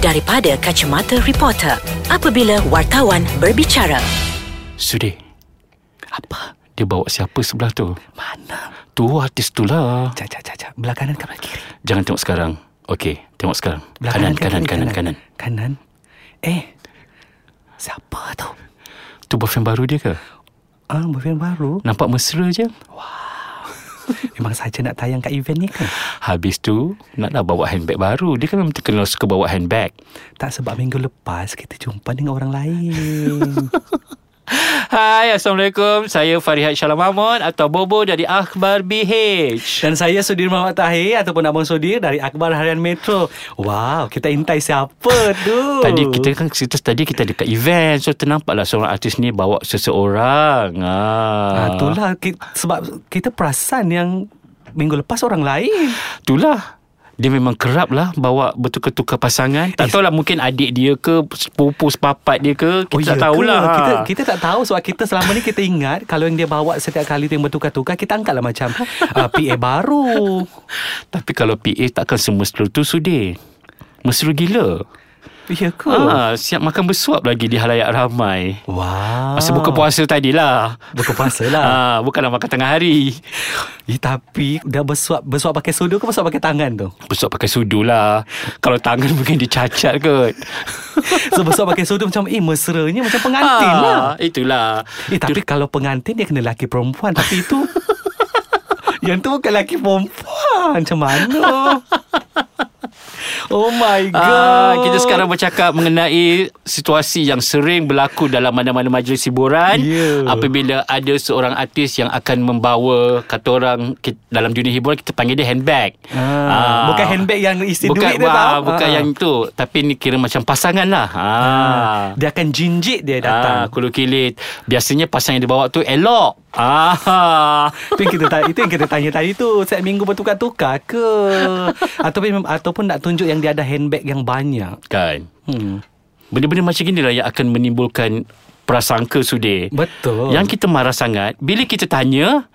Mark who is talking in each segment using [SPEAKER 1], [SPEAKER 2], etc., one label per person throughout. [SPEAKER 1] daripada kacamata reporter apabila wartawan berbicara.
[SPEAKER 2] Sudi,
[SPEAKER 3] Apa?
[SPEAKER 2] dia bawa siapa sebelah tu?
[SPEAKER 3] Mana?
[SPEAKER 2] Tu artis tu lah.
[SPEAKER 3] Cak, cak, cak, cak. Belah kanan ke belah kiri?
[SPEAKER 2] Jangan tengok sekarang. Okey, tengok sekarang.
[SPEAKER 3] Belah
[SPEAKER 2] Kanan,
[SPEAKER 3] ke
[SPEAKER 2] kanan,
[SPEAKER 3] kiri?
[SPEAKER 2] kanan, kanan.
[SPEAKER 3] Kanan. Eh, siapa tu?
[SPEAKER 2] Tu boyfriend baru dia ke?
[SPEAKER 3] Ah, boyfriend baru.
[SPEAKER 2] Nampak mesra je.
[SPEAKER 3] Memang saja nak tayang kat event ni kan?
[SPEAKER 2] Habis tu, naklah bawa handbag baru. Dia kan memang terkenal suka bawa handbag.
[SPEAKER 3] Tak sebab minggu lepas kita jumpa dengan orang lain.
[SPEAKER 2] Hai, Assalamualaikum. Saya Farihat Shalom Mahmud atau Bobo dari Akhbar BH.
[SPEAKER 3] Dan saya Sudir Muhammad Tahir ataupun Abang Sudir dari Akhbar Harian Metro. Wow, kita intai siapa tu?
[SPEAKER 2] Tadi kita kan cerita tadi kita dekat event So ternampaklah seorang artis ni bawa seseorang
[SPEAKER 3] Ah,
[SPEAKER 2] ah.
[SPEAKER 3] itulah ki- sebab kita perasan yang minggu lepas orang lain.
[SPEAKER 2] Itulah dia memang kerap lah bawa bertukar-tukar pasangan.
[SPEAKER 3] Eh.
[SPEAKER 2] Tak tahulah mungkin adik dia ke, sepupu sepapat dia ke. Kita tak
[SPEAKER 3] ya
[SPEAKER 2] tahulah. ha.
[SPEAKER 3] ke? Kita kita tak tahu sebab kita selama ni kita ingat kalau yang dia bawa setiap kali tu yang bertukar-tukar kita angkatlah macam uh, PA baru.
[SPEAKER 2] Tapi kalau PA takkan semua mesra tu sudir. Mesra gila.
[SPEAKER 3] Ya ke?
[SPEAKER 2] Ah, siap makan bersuap lagi di halayak ramai.
[SPEAKER 3] Wow.
[SPEAKER 2] Masa buka puasa tadi lah.
[SPEAKER 3] Buka puasa lah.
[SPEAKER 2] Ah, bukanlah makan tengah hari.
[SPEAKER 3] Eh, tapi dah bersuap bersuap pakai sudu ke bersuap pakai tangan tu?
[SPEAKER 2] Bersuap pakai sudu lah. Kalau tangan mungkin dicacat kot.
[SPEAKER 3] So bersuap pakai sudu macam eh mesranya macam pengantin
[SPEAKER 2] Ah,
[SPEAKER 3] lah.
[SPEAKER 2] Itulah.
[SPEAKER 3] Eh tapi kalau pengantin dia kena laki perempuan Tapi itu Yang tu bukan laki perempuan Macam mana Oh my
[SPEAKER 2] Ah,
[SPEAKER 3] god
[SPEAKER 2] kita sekarang bercakap mengenai situasi yang sering berlaku dalam mana-mana majlis hiburan
[SPEAKER 3] Ya.
[SPEAKER 2] apabila ada seorang artis yang akan membawa kata orang ki- dalam dunia hiburan kita panggil dia handbag.
[SPEAKER 3] Ah, bukan handbag yang isi
[SPEAKER 2] bukan,
[SPEAKER 3] duit tu
[SPEAKER 2] ah,
[SPEAKER 3] tau.
[SPEAKER 2] Bukan
[SPEAKER 3] Ah.
[SPEAKER 2] yang tu Tapi ni kira macam pasangan lah ah.
[SPEAKER 3] Dia akan jinjit dia
[SPEAKER 2] Ah,
[SPEAKER 3] datang
[SPEAKER 2] kulu kilit. Biasanya pasangan yang dibawa tu elok. Ah.
[SPEAKER 3] Itu yang kita ta- itu yang kita tanya tadi tu Setiap minggu bertukar-tukar ke ataupun ataupun nak tunjuk yang dia ada handbag yang banyak
[SPEAKER 2] Kan.
[SPEAKER 3] hmm.
[SPEAKER 2] Benda-benda macam inilah yang akan menimbulkan prasangka sudir.
[SPEAKER 3] Betul
[SPEAKER 2] Yang kita marah sangat Bila kita tanya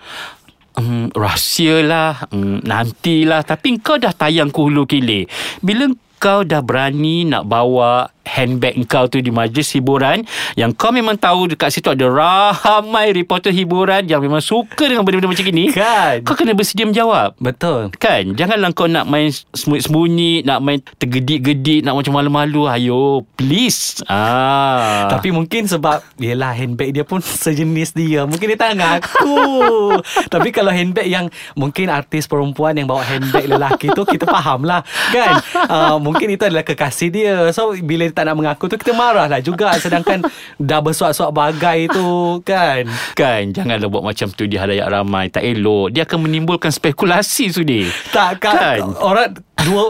[SPEAKER 2] um, Rahsia lah um, Nantilah Tapi kau dah tayang ke hulu kilir Bila kau dah berani nak bawa handbag kau tu di majlis hiburan yang kau memang tahu dekat situ ada ramai reporter hiburan yang memang suka dengan benda-benda macam ni
[SPEAKER 3] Kan.
[SPEAKER 2] kau kena bersedia menjawab
[SPEAKER 3] Betul
[SPEAKER 2] Kan Janganlah kau nak main Sembunyi-sembunyi Nak main tergedik-gedik Nak macam malu-malu Ayo Please ah.
[SPEAKER 3] Tapi mungkin sebab Yelah handbag dia pun Sejenis dia Mungkin dia tak ngaku Tapi kalau handbag yang Mungkin artis perempuan Yang bawa handbag lelaki tu Kita faham lah Kan uh, Mungkin itu adalah kekasih dia So bila dia tak nak mengaku tu Kita marah lah juga Sedangkan Dah bersuap-suap bagai tu Kan
[SPEAKER 2] Kan Janganlah buat macam tu Di halayak ramai Tak elok Dia akan menimbulkan spekulasi Sudi
[SPEAKER 3] tak kan,
[SPEAKER 2] Kan?
[SPEAKER 3] Orang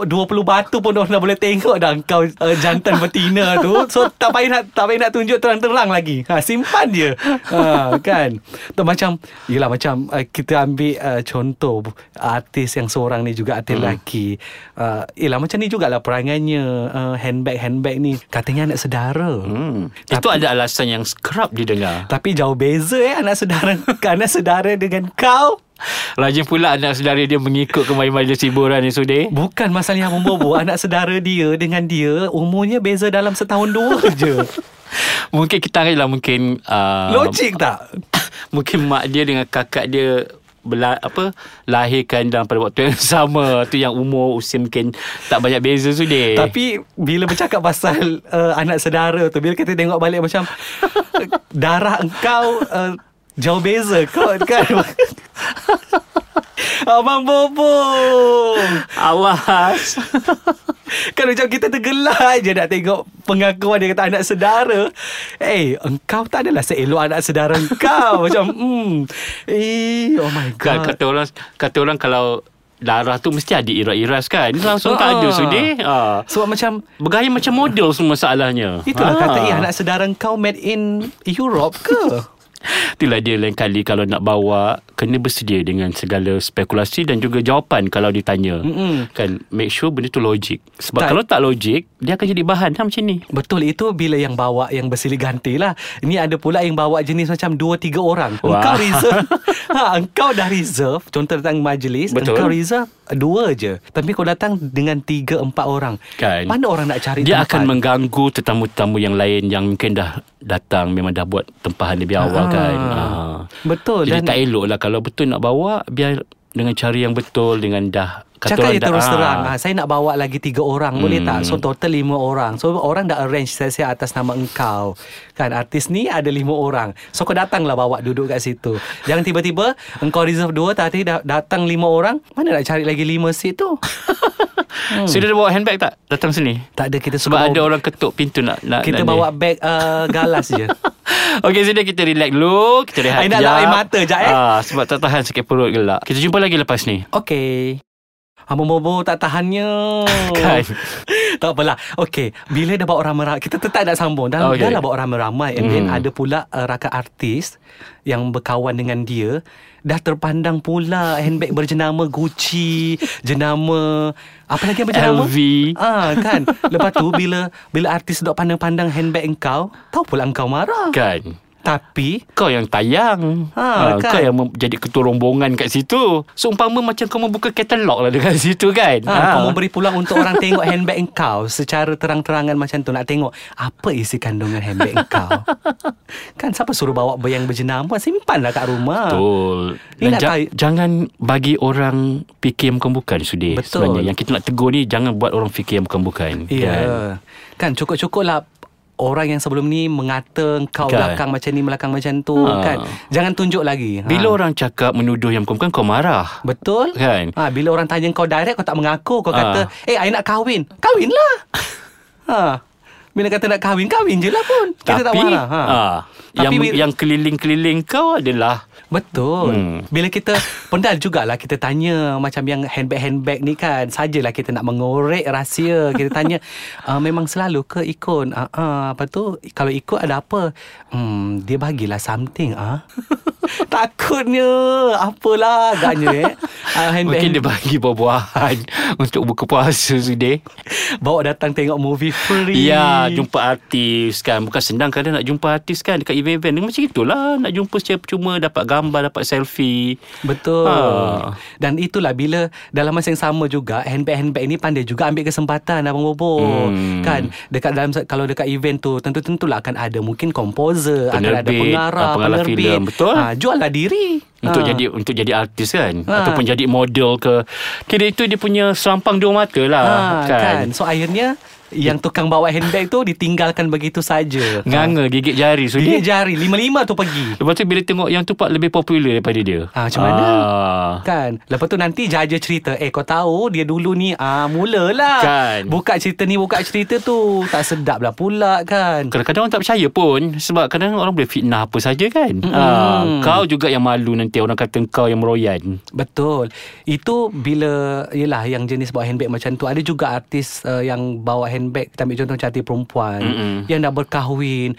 [SPEAKER 3] dua, 20 batu pun Orang dah boleh tengok dah Kau uh, jantan betina tu So tak payah nak, tak payah nak tunjuk terang-terang lagi ha, Simpan je ha, Kan tu, Macam Yelah macam uh, Kita ambil uh, contoh Artis yang seorang ni juga
[SPEAKER 2] Hmm.
[SPEAKER 3] Artis lelaki uh, Yelah macam ni jugalah perangannya uh, Handbag-handbag ni Katanya anak sedara
[SPEAKER 2] hmm. Itu ada alasan yang kerap didengar
[SPEAKER 3] Tapi jauh beza eh Anak sedara Anak sedara dengan kau
[SPEAKER 2] Rajin pula anak saudara dia Mengikut ke majlis hiburan ni Sudi
[SPEAKER 3] Bukan masalah yang membobo Anak saudara dia dengan dia Umurnya beza dalam setahun dua je
[SPEAKER 2] Mungkin kita lah Mungkin uh,
[SPEAKER 3] Logik tak?
[SPEAKER 2] Mungkin mak dia dengan kakak dia bela, apa lahirkan dalam pada waktu yang sama tu yang umur usia mungkin tak banyak beza sudah
[SPEAKER 3] Tapi bila bercakap pasal uh, anak saudara tu Bila kita tengok balik macam Darah engkau uh, jauh beza kot kan Abang Bobo
[SPEAKER 2] awas
[SPEAKER 3] Kan macam kita tergelak je nak tengok pengakuan dia kata anak saudara. Eh, engkau tak adalah seelok anak saudara engkau. macam, hmm. Eh, oh my
[SPEAKER 2] kan
[SPEAKER 3] God.
[SPEAKER 2] kata orang kata orang kalau darah tu mesti ada iras-iras kan Ni langsung
[SPEAKER 3] Ah.
[SPEAKER 2] tak ada sudah ah.
[SPEAKER 3] Sebab macam,
[SPEAKER 2] bergaya macam model semua masalahnya Ah.
[SPEAKER 3] itulah kata, eh anak saudara engkau made in Europe ke?
[SPEAKER 2] Itulah dia lain kali kalau nak bawa kena bersedia dengan segala spekulasi dan juga jawapan kalau ditanya. Mm-mm. Kan make sure benda tu logik. Sebab
[SPEAKER 3] Tak.
[SPEAKER 2] tak. kalau tak logik dia akan jadi bahan ha, macam ni.
[SPEAKER 3] Betul itu bila yang bawa yang bersilih ganti lah. Ini ada pula yang bawa jenis macam dua tiga orang.
[SPEAKER 2] Wah.
[SPEAKER 3] Wah. Engkau reserve. ha, engkau dah reserve. Contoh datang majlis.
[SPEAKER 2] Betul.
[SPEAKER 3] Engkau reserve dua je. Tapi kau datang dengan tiga empat orang.
[SPEAKER 2] Kan.
[SPEAKER 3] Mana orang nak cari
[SPEAKER 2] Dia
[SPEAKER 3] tempat?
[SPEAKER 2] akan mengganggu tetamu-tetamu yang lain yang mungkin dah datang memang dah buat tempahan lebih awal
[SPEAKER 3] Ah.
[SPEAKER 2] kan. Ha.
[SPEAKER 3] Betul,
[SPEAKER 2] Jadi
[SPEAKER 3] dan-
[SPEAKER 2] tak elok lah kalau betul nak bawa biar dengan cara yang betul dengan dah
[SPEAKER 3] Cakap
[SPEAKER 2] orang
[SPEAKER 3] dia
[SPEAKER 2] dah-
[SPEAKER 3] terus
[SPEAKER 2] ah.
[SPEAKER 3] terang ha, Saya nak bawa lagi tiga orang hmm. Boleh tak? So total lima orang So orang dah arrange Saya atas nama engkau Kan artis ni ada lima orang So kau datanglah bawa duduk kat situ Jangan tiba-tiba Engkau reserve dua Tadi dah datang lima orang Mana nak cari lagi lima seat tu?
[SPEAKER 2] Hmm. So dia dah bawa handbag tak datang sini?
[SPEAKER 3] tak ada kita
[SPEAKER 2] Sebab
[SPEAKER 3] suka
[SPEAKER 2] ada
[SPEAKER 3] bawa,
[SPEAKER 2] orang ketuk pintu nak nak
[SPEAKER 3] Kita
[SPEAKER 2] nak
[SPEAKER 3] bawa
[SPEAKER 2] ni.
[SPEAKER 3] beg uh, galas je
[SPEAKER 2] Okey, sini kita relax dulu, kita rehat.
[SPEAKER 3] I nak
[SPEAKER 2] kejap.
[SPEAKER 3] lap air mata jap, eh.
[SPEAKER 2] Ah, sebab tak tahan sakit perut gelak. Kita jumpa lagi lepas ni.
[SPEAKER 3] Okay Ambo-bobo tak tahannya Oh.
[SPEAKER 2] Kan.
[SPEAKER 3] Tak apalah Okay Bila dah bawa ramai-ramai Kita tetap nak sambung Dah, okay.
[SPEAKER 2] Okay.
[SPEAKER 3] dah lah bawa ramai-ramai And then
[SPEAKER 2] Hmm.
[SPEAKER 3] ada pula uh, Rakan artis Yang berkawan dengan dia Dah terpandang pula Handbag berjenama Gucci Jenama Apa lagi yang berjenama?
[SPEAKER 2] LV.
[SPEAKER 3] Ah kan Lepas tu bila Bila artis dok pandang-pandang handbag engkau Tahu pula engkau marah
[SPEAKER 2] Kan.
[SPEAKER 3] Tapi
[SPEAKER 2] Kau yang tayang. Ah,
[SPEAKER 3] Ha, kan.
[SPEAKER 2] Kau yang mem- jadi ketua rombongan kat situ. So, umpama macam kau membuka katalog lah dekat situ kan.
[SPEAKER 3] Ha, ha. Kau mau beri peluang untuk orang tengok handbag engkau secara terang-terangan macam tu. Nak tengok apa isi kandungan handbag engkau. kan siapa suruh bawa bayang berjenama? Simpanlah lah kat rumah.
[SPEAKER 2] Betul.
[SPEAKER 3] Ni
[SPEAKER 2] Dan
[SPEAKER 3] nak
[SPEAKER 2] ja-
[SPEAKER 3] tahu-
[SPEAKER 2] jangan bagi orang fikir yang bukan-bukan Sudir.
[SPEAKER 3] Betul.
[SPEAKER 2] Sebenarnya yang kita nak tegur ni jangan buat orang fikir yang bukan-bukan.
[SPEAKER 3] Ya. Yeah.
[SPEAKER 2] Kan?
[SPEAKER 3] Kan cukup-cukup lah orang yang sebelum ni mengata engkau
[SPEAKER 2] Kan.
[SPEAKER 3] belakang macam ni, belakang macam tu.
[SPEAKER 2] Ha.
[SPEAKER 3] Kan. Jangan tunjuk lagi. Ha.
[SPEAKER 2] Bila orang cakap menuduh yang bukan-bukan kau marah.
[SPEAKER 3] Betul
[SPEAKER 2] Kan?
[SPEAKER 3] ha, Bila orang tanya kau direct Kau tak mengaku
[SPEAKER 2] Ah.
[SPEAKER 3] Kau kata Eh, I nak kahwin Kahwinlah ha. Bila kata nak kahwin Kahwin je lah pun Kita tak marah ha.
[SPEAKER 2] ah, yang
[SPEAKER 3] Tapi bila-
[SPEAKER 2] yang keliling-keliling kau adalah
[SPEAKER 3] Betul hmm.
[SPEAKER 2] Hmm.
[SPEAKER 3] Bila kita Pendal jugalah kita tanya Macam yang handbag-handbag ni kan Sajalah kita nak mengorek rahsia Kita tanya uh, Memang selalu ke ikon uh, uh, Apa tu Kalau ikut ada apa hmm, Dia bagilah something ah. Takutnya Apalah agaknya eh uh,
[SPEAKER 2] mungkin
[SPEAKER 3] handbag,
[SPEAKER 2] dia bagi buah-buahan untuk buka puasa sudah.
[SPEAKER 3] Bawa datang tengok movie free
[SPEAKER 2] Ya, jumpa artis kan. Bukan senang kadang nak jumpa artis kan dekat event-event. Macam itulah nak jumpa secara percuma dapat gambar, dapat selfie.
[SPEAKER 3] Betul. Ha.
[SPEAKER 2] Ha.
[SPEAKER 3] Dan itulah bila dalam masa yang sama juga handbag-handbag ni pandai juga ambil kesempatan abang Bobo. Hmm.
[SPEAKER 2] Hmm.
[SPEAKER 3] Kan dekat dalam kalau dekat event tu tentu-tentulah akan ada mungkin komposer, akan ada
[SPEAKER 2] Penerbit,
[SPEAKER 3] pengarah,
[SPEAKER 2] ah, pengarah filem, betul.
[SPEAKER 3] Ha, juallah diri.
[SPEAKER 2] Untuk
[SPEAKER 3] Ha.
[SPEAKER 2] jadi untuk jadi artis kan
[SPEAKER 3] Ha.
[SPEAKER 2] Ataupun jadi model ke Kira itu dia punya selampang dua mata lah
[SPEAKER 3] ha, kan.
[SPEAKER 2] kan.
[SPEAKER 3] kan. So akhirnya yang tukang bawa handbag tu ditinggalkan begitu saja.
[SPEAKER 2] Nganga gigit jari sudah.
[SPEAKER 3] Gigit jari lima-lima tu pergi.
[SPEAKER 2] Lepas tu bila tengok yang tu pak lebih popular daripada dia.
[SPEAKER 3] Ah, macam mana?
[SPEAKER 2] Ah.
[SPEAKER 3] Kan Lepas tu nanti Jaja cerita Eh kau tahu Dia dulu ni ah, Mulalah
[SPEAKER 2] Kan.
[SPEAKER 3] Buka cerita ni Buka cerita tu Tak sedap lah pula kan
[SPEAKER 2] Kadang-kadang orang tak percaya pun Sebab kadang-kadang orang boleh fitnah apa saja kan mm-hmm. Kau juga yang malu nanti Orang kata kau yang meroyan
[SPEAKER 3] Betul. Itu bila yalah yang jenis bawa handbag macam tu ada juga artis uh, yang bawa handbag kita ambil contoh macam artis perempuan mm yang dah berkahwin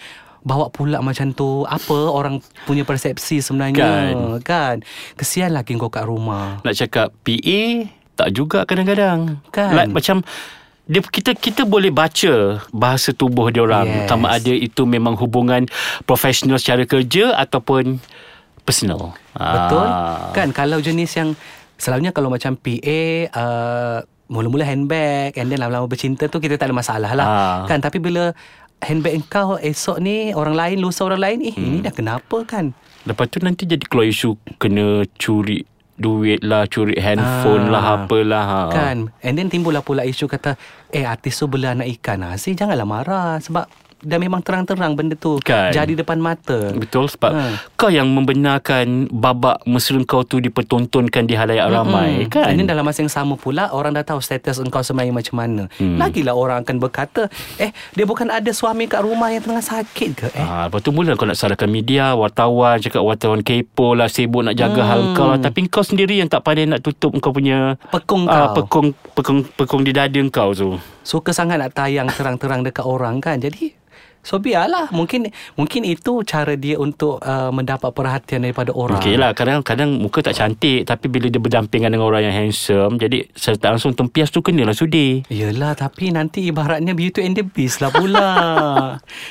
[SPEAKER 3] bawa pula macam tu apa orang punya persepsi sebenarnya kan, kan? kesian lagi kau kat rumah
[SPEAKER 2] Nak cakap PA Tak juga kadang-kadang
[SPEAKER 3] Kan.
[SPEAKER 2] Like, Macam dia kita kita boleh baca bahasa tubuh dia orang
[SPEAKER 3] Yes.
[SPEAKER 2] sama ada itu memang hubungan profesional secara kerja ataupun personal.
[SPEAKER 3] Betul
[SPEAKER 2] Ah.
[SPEAKER 3] Kan kalau jenis yang Selalunya kalau macam PA uh, Mula-mula handbag And then lama-lama bercinta tu Kita tak ada masalah lah
[SPEAKER 2] Ah.
[SPEAKER 3] Kan tapi bila Handbag kau esok ni Orang lain Lusa orang lain Eh
[SPEAKER 2] Hmm.
[SPEAKER 3] ini dah kenapa kan
[SPEAKER 2] Lepas tu nanti jadi keluar isu kena curi duit lah, curi handphone
[SPEAKER 3] Ah.
[SPEAKER 2] ah, lah, apalah. Ha.
[SPEAKER 3] Kan And then timbullah pula isu kata Eh artis tu bela anak ikan Aziz janganlah marah Sebab Dah memang terang-terang benda tu
[SPEAKER 2] Kan.
[SPEAKER 3] Jadi depan mata
[SPEAKER 2] Betul sebab
[SPEAKER 3] Ha.
[SPEAKER 2] ha. kau yang membenarkan babak mesra kau tu dipertontonkan di halayak ramai
[SPEAKER 3] Mm-mm.
[SPEAKER 2] kan.
[SPEAKER 3] And then Hmm. dalam masa yang sama pula Orang dah tahu status engkau sebenarnya macam mana hmm. Lagilah orang akan berkata Eh dia bukan ada suami kat rumah yang tengah sakit ke eh?
[SPEAKER 2] Ha, lepas tu mula kau nak salahkan media, wartawan, cakap wartawan kepo lah, sibuk nak jaga hmm. hal kau lah. Tapi kau sendiri yang tak pandai nak tutup kau punya
[SPEAKER 3] Pekung kau
[SPEAKER 2] ah, pekung, pekung, pekung di dada kau tu.
[SPEAKER 3] Suka sangat nak tayang terang-terang dekat orang kan Jadi So biarlah mungkin mungkin itu cara dia untuk uh, mendapat perhatian daripada orang.
[SPEAKER 2] Okey lah Kadang-kadang muka tak cantik Tapi bila dia berdampingan dengan orang yang handsome Jadi serta langsung tempias tu kenalah sudi
[SPEAKER 3] Yelah tapi nanti ibaratnya beauty and the beast lah pula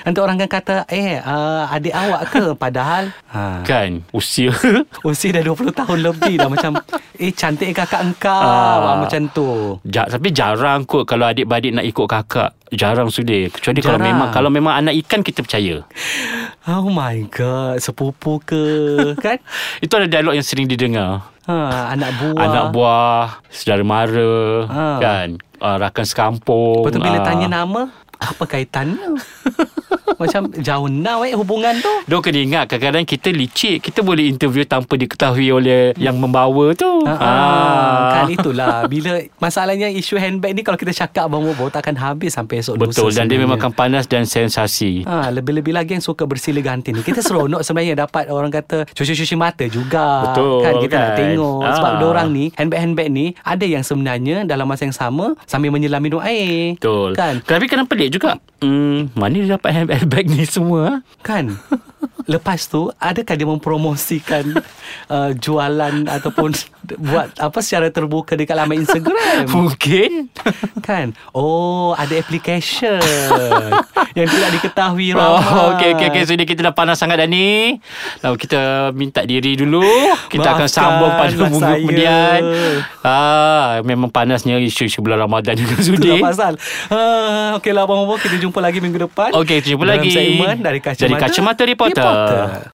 [SPEAKER 3] Nanti orang akan kata Eh uh, adik awak ke Padahal ha,
[SPEAKER 2] Kan Usia
[SPEAKER 3] Usia dah 20 tahun lebih dah Macam Eh cantik kakak engkau
[SPEAKER 2] Ah.
[SPEAKER 3] ah. Macam tu
[SPEAKER 2] ja, Tapi jarang kot Kalau adik-beradik nak ikut kakak Jarang sudi Kecuali kalau
[SPEAKER 3] Jarang.
[SPEAKER 2] memang Kalau memang anak ikan kita percaya
[SPEAKER 3] Oh my god Sepupu ke Kan
[SPEAKER 2] Itu ada dialog yang sering didengar
[SPEAKER 3] ha, Anak buah
[SPEAKER 2] Anak buah Saudara mara
[SPEAKER 3] Ha.
[SPEAKER 2] Kan uh, Rakan sekampung
[SPEAKER 3] Lepas tu bila
[SPEAKER 2] ah.
[SPEAKER 3] tanya nama Apa kaitannya Macam jauh now eh hubungan tu
[SPEAKER 2] Dia kena ingat kadang-kadang kita licik Kita boleh interview tanpa diketahui oleh yang membawa tu
[SPEAKER 3] Ah, ah. Kan itulah Bila Masalahnya isu handbag ni Kalau kita cakap bawa-bawa Takkan habis sampai esok
[SPEAKER 2] Betul
[SPEAKER 3] lusa
[SPEAKER 2] dan dia
[SPEAKER 3] sebenarnya.
[SPEAKER 2] memang akan panas dan sensasi
[SPEAKER 3] Ha, lebih-lebih lagi yang suka bersila ganti ni. Kita seronok sebenarnya dapat orang kata cuci-cuci mata juga.
[SPEAKER 2] Betul,
[SPEAKER 3] Kan kita nak
[SPEAKER 2] kan?
[SPEAKER 3] tengok. Sebab
[SPEAKER 2] Ah.
[SPEAKER 3] orang ni, handbag-handbag ni, ada yang sebenarnya dalam masa yang sama sambil menyelam minum air.
[SPEAKER 2] Betul
[SPEAKER 3] Kan?
[SPEAKER 2] Tapi kadang pelik juga hmm, Mana dia dapat hand- handbag ni semua ah?
[SPEAKER 3] Kan? Lepas tu, adakah dia mempromosikan uh, jualan ataupun buat apa secara terbuka dekat laman Instagram?
[SPEAKER 2] Mungkin
[SPEAKER 3] kan Oh ada application Yang tidak diketahui ramai
[SPEAKER 2] Oh, okay, okay, okay. So, ni kita dah panas sangat dah ni. Lalu kita minta diri dulu. Kita akan
[SPEAKER 3] Maafkanlah
[SPEAKER 2] sambung pada minggu
[SPEAKER 3] saya.
[SPEAKER 2] kemudian. Ah, memang panasnya isu-isu bulan Ramadan juga
[SPEAKER 3] Itulah
[SPEAKER 2] sudi.
[SPEAKER 3] pasal uh, Okeylah abang-abang Kita jumpa lagi minggu depan
[SPEAKER 2] Okey, kita jumpa
[SPEAKER 3] Dalam
[SPEAKER 2] lagi.
[SPEAKER 3] segmen dari Kacamata
[SPEAKER 2] Dari Kacamata Reporter.
[SPEAKER 3] Reporter.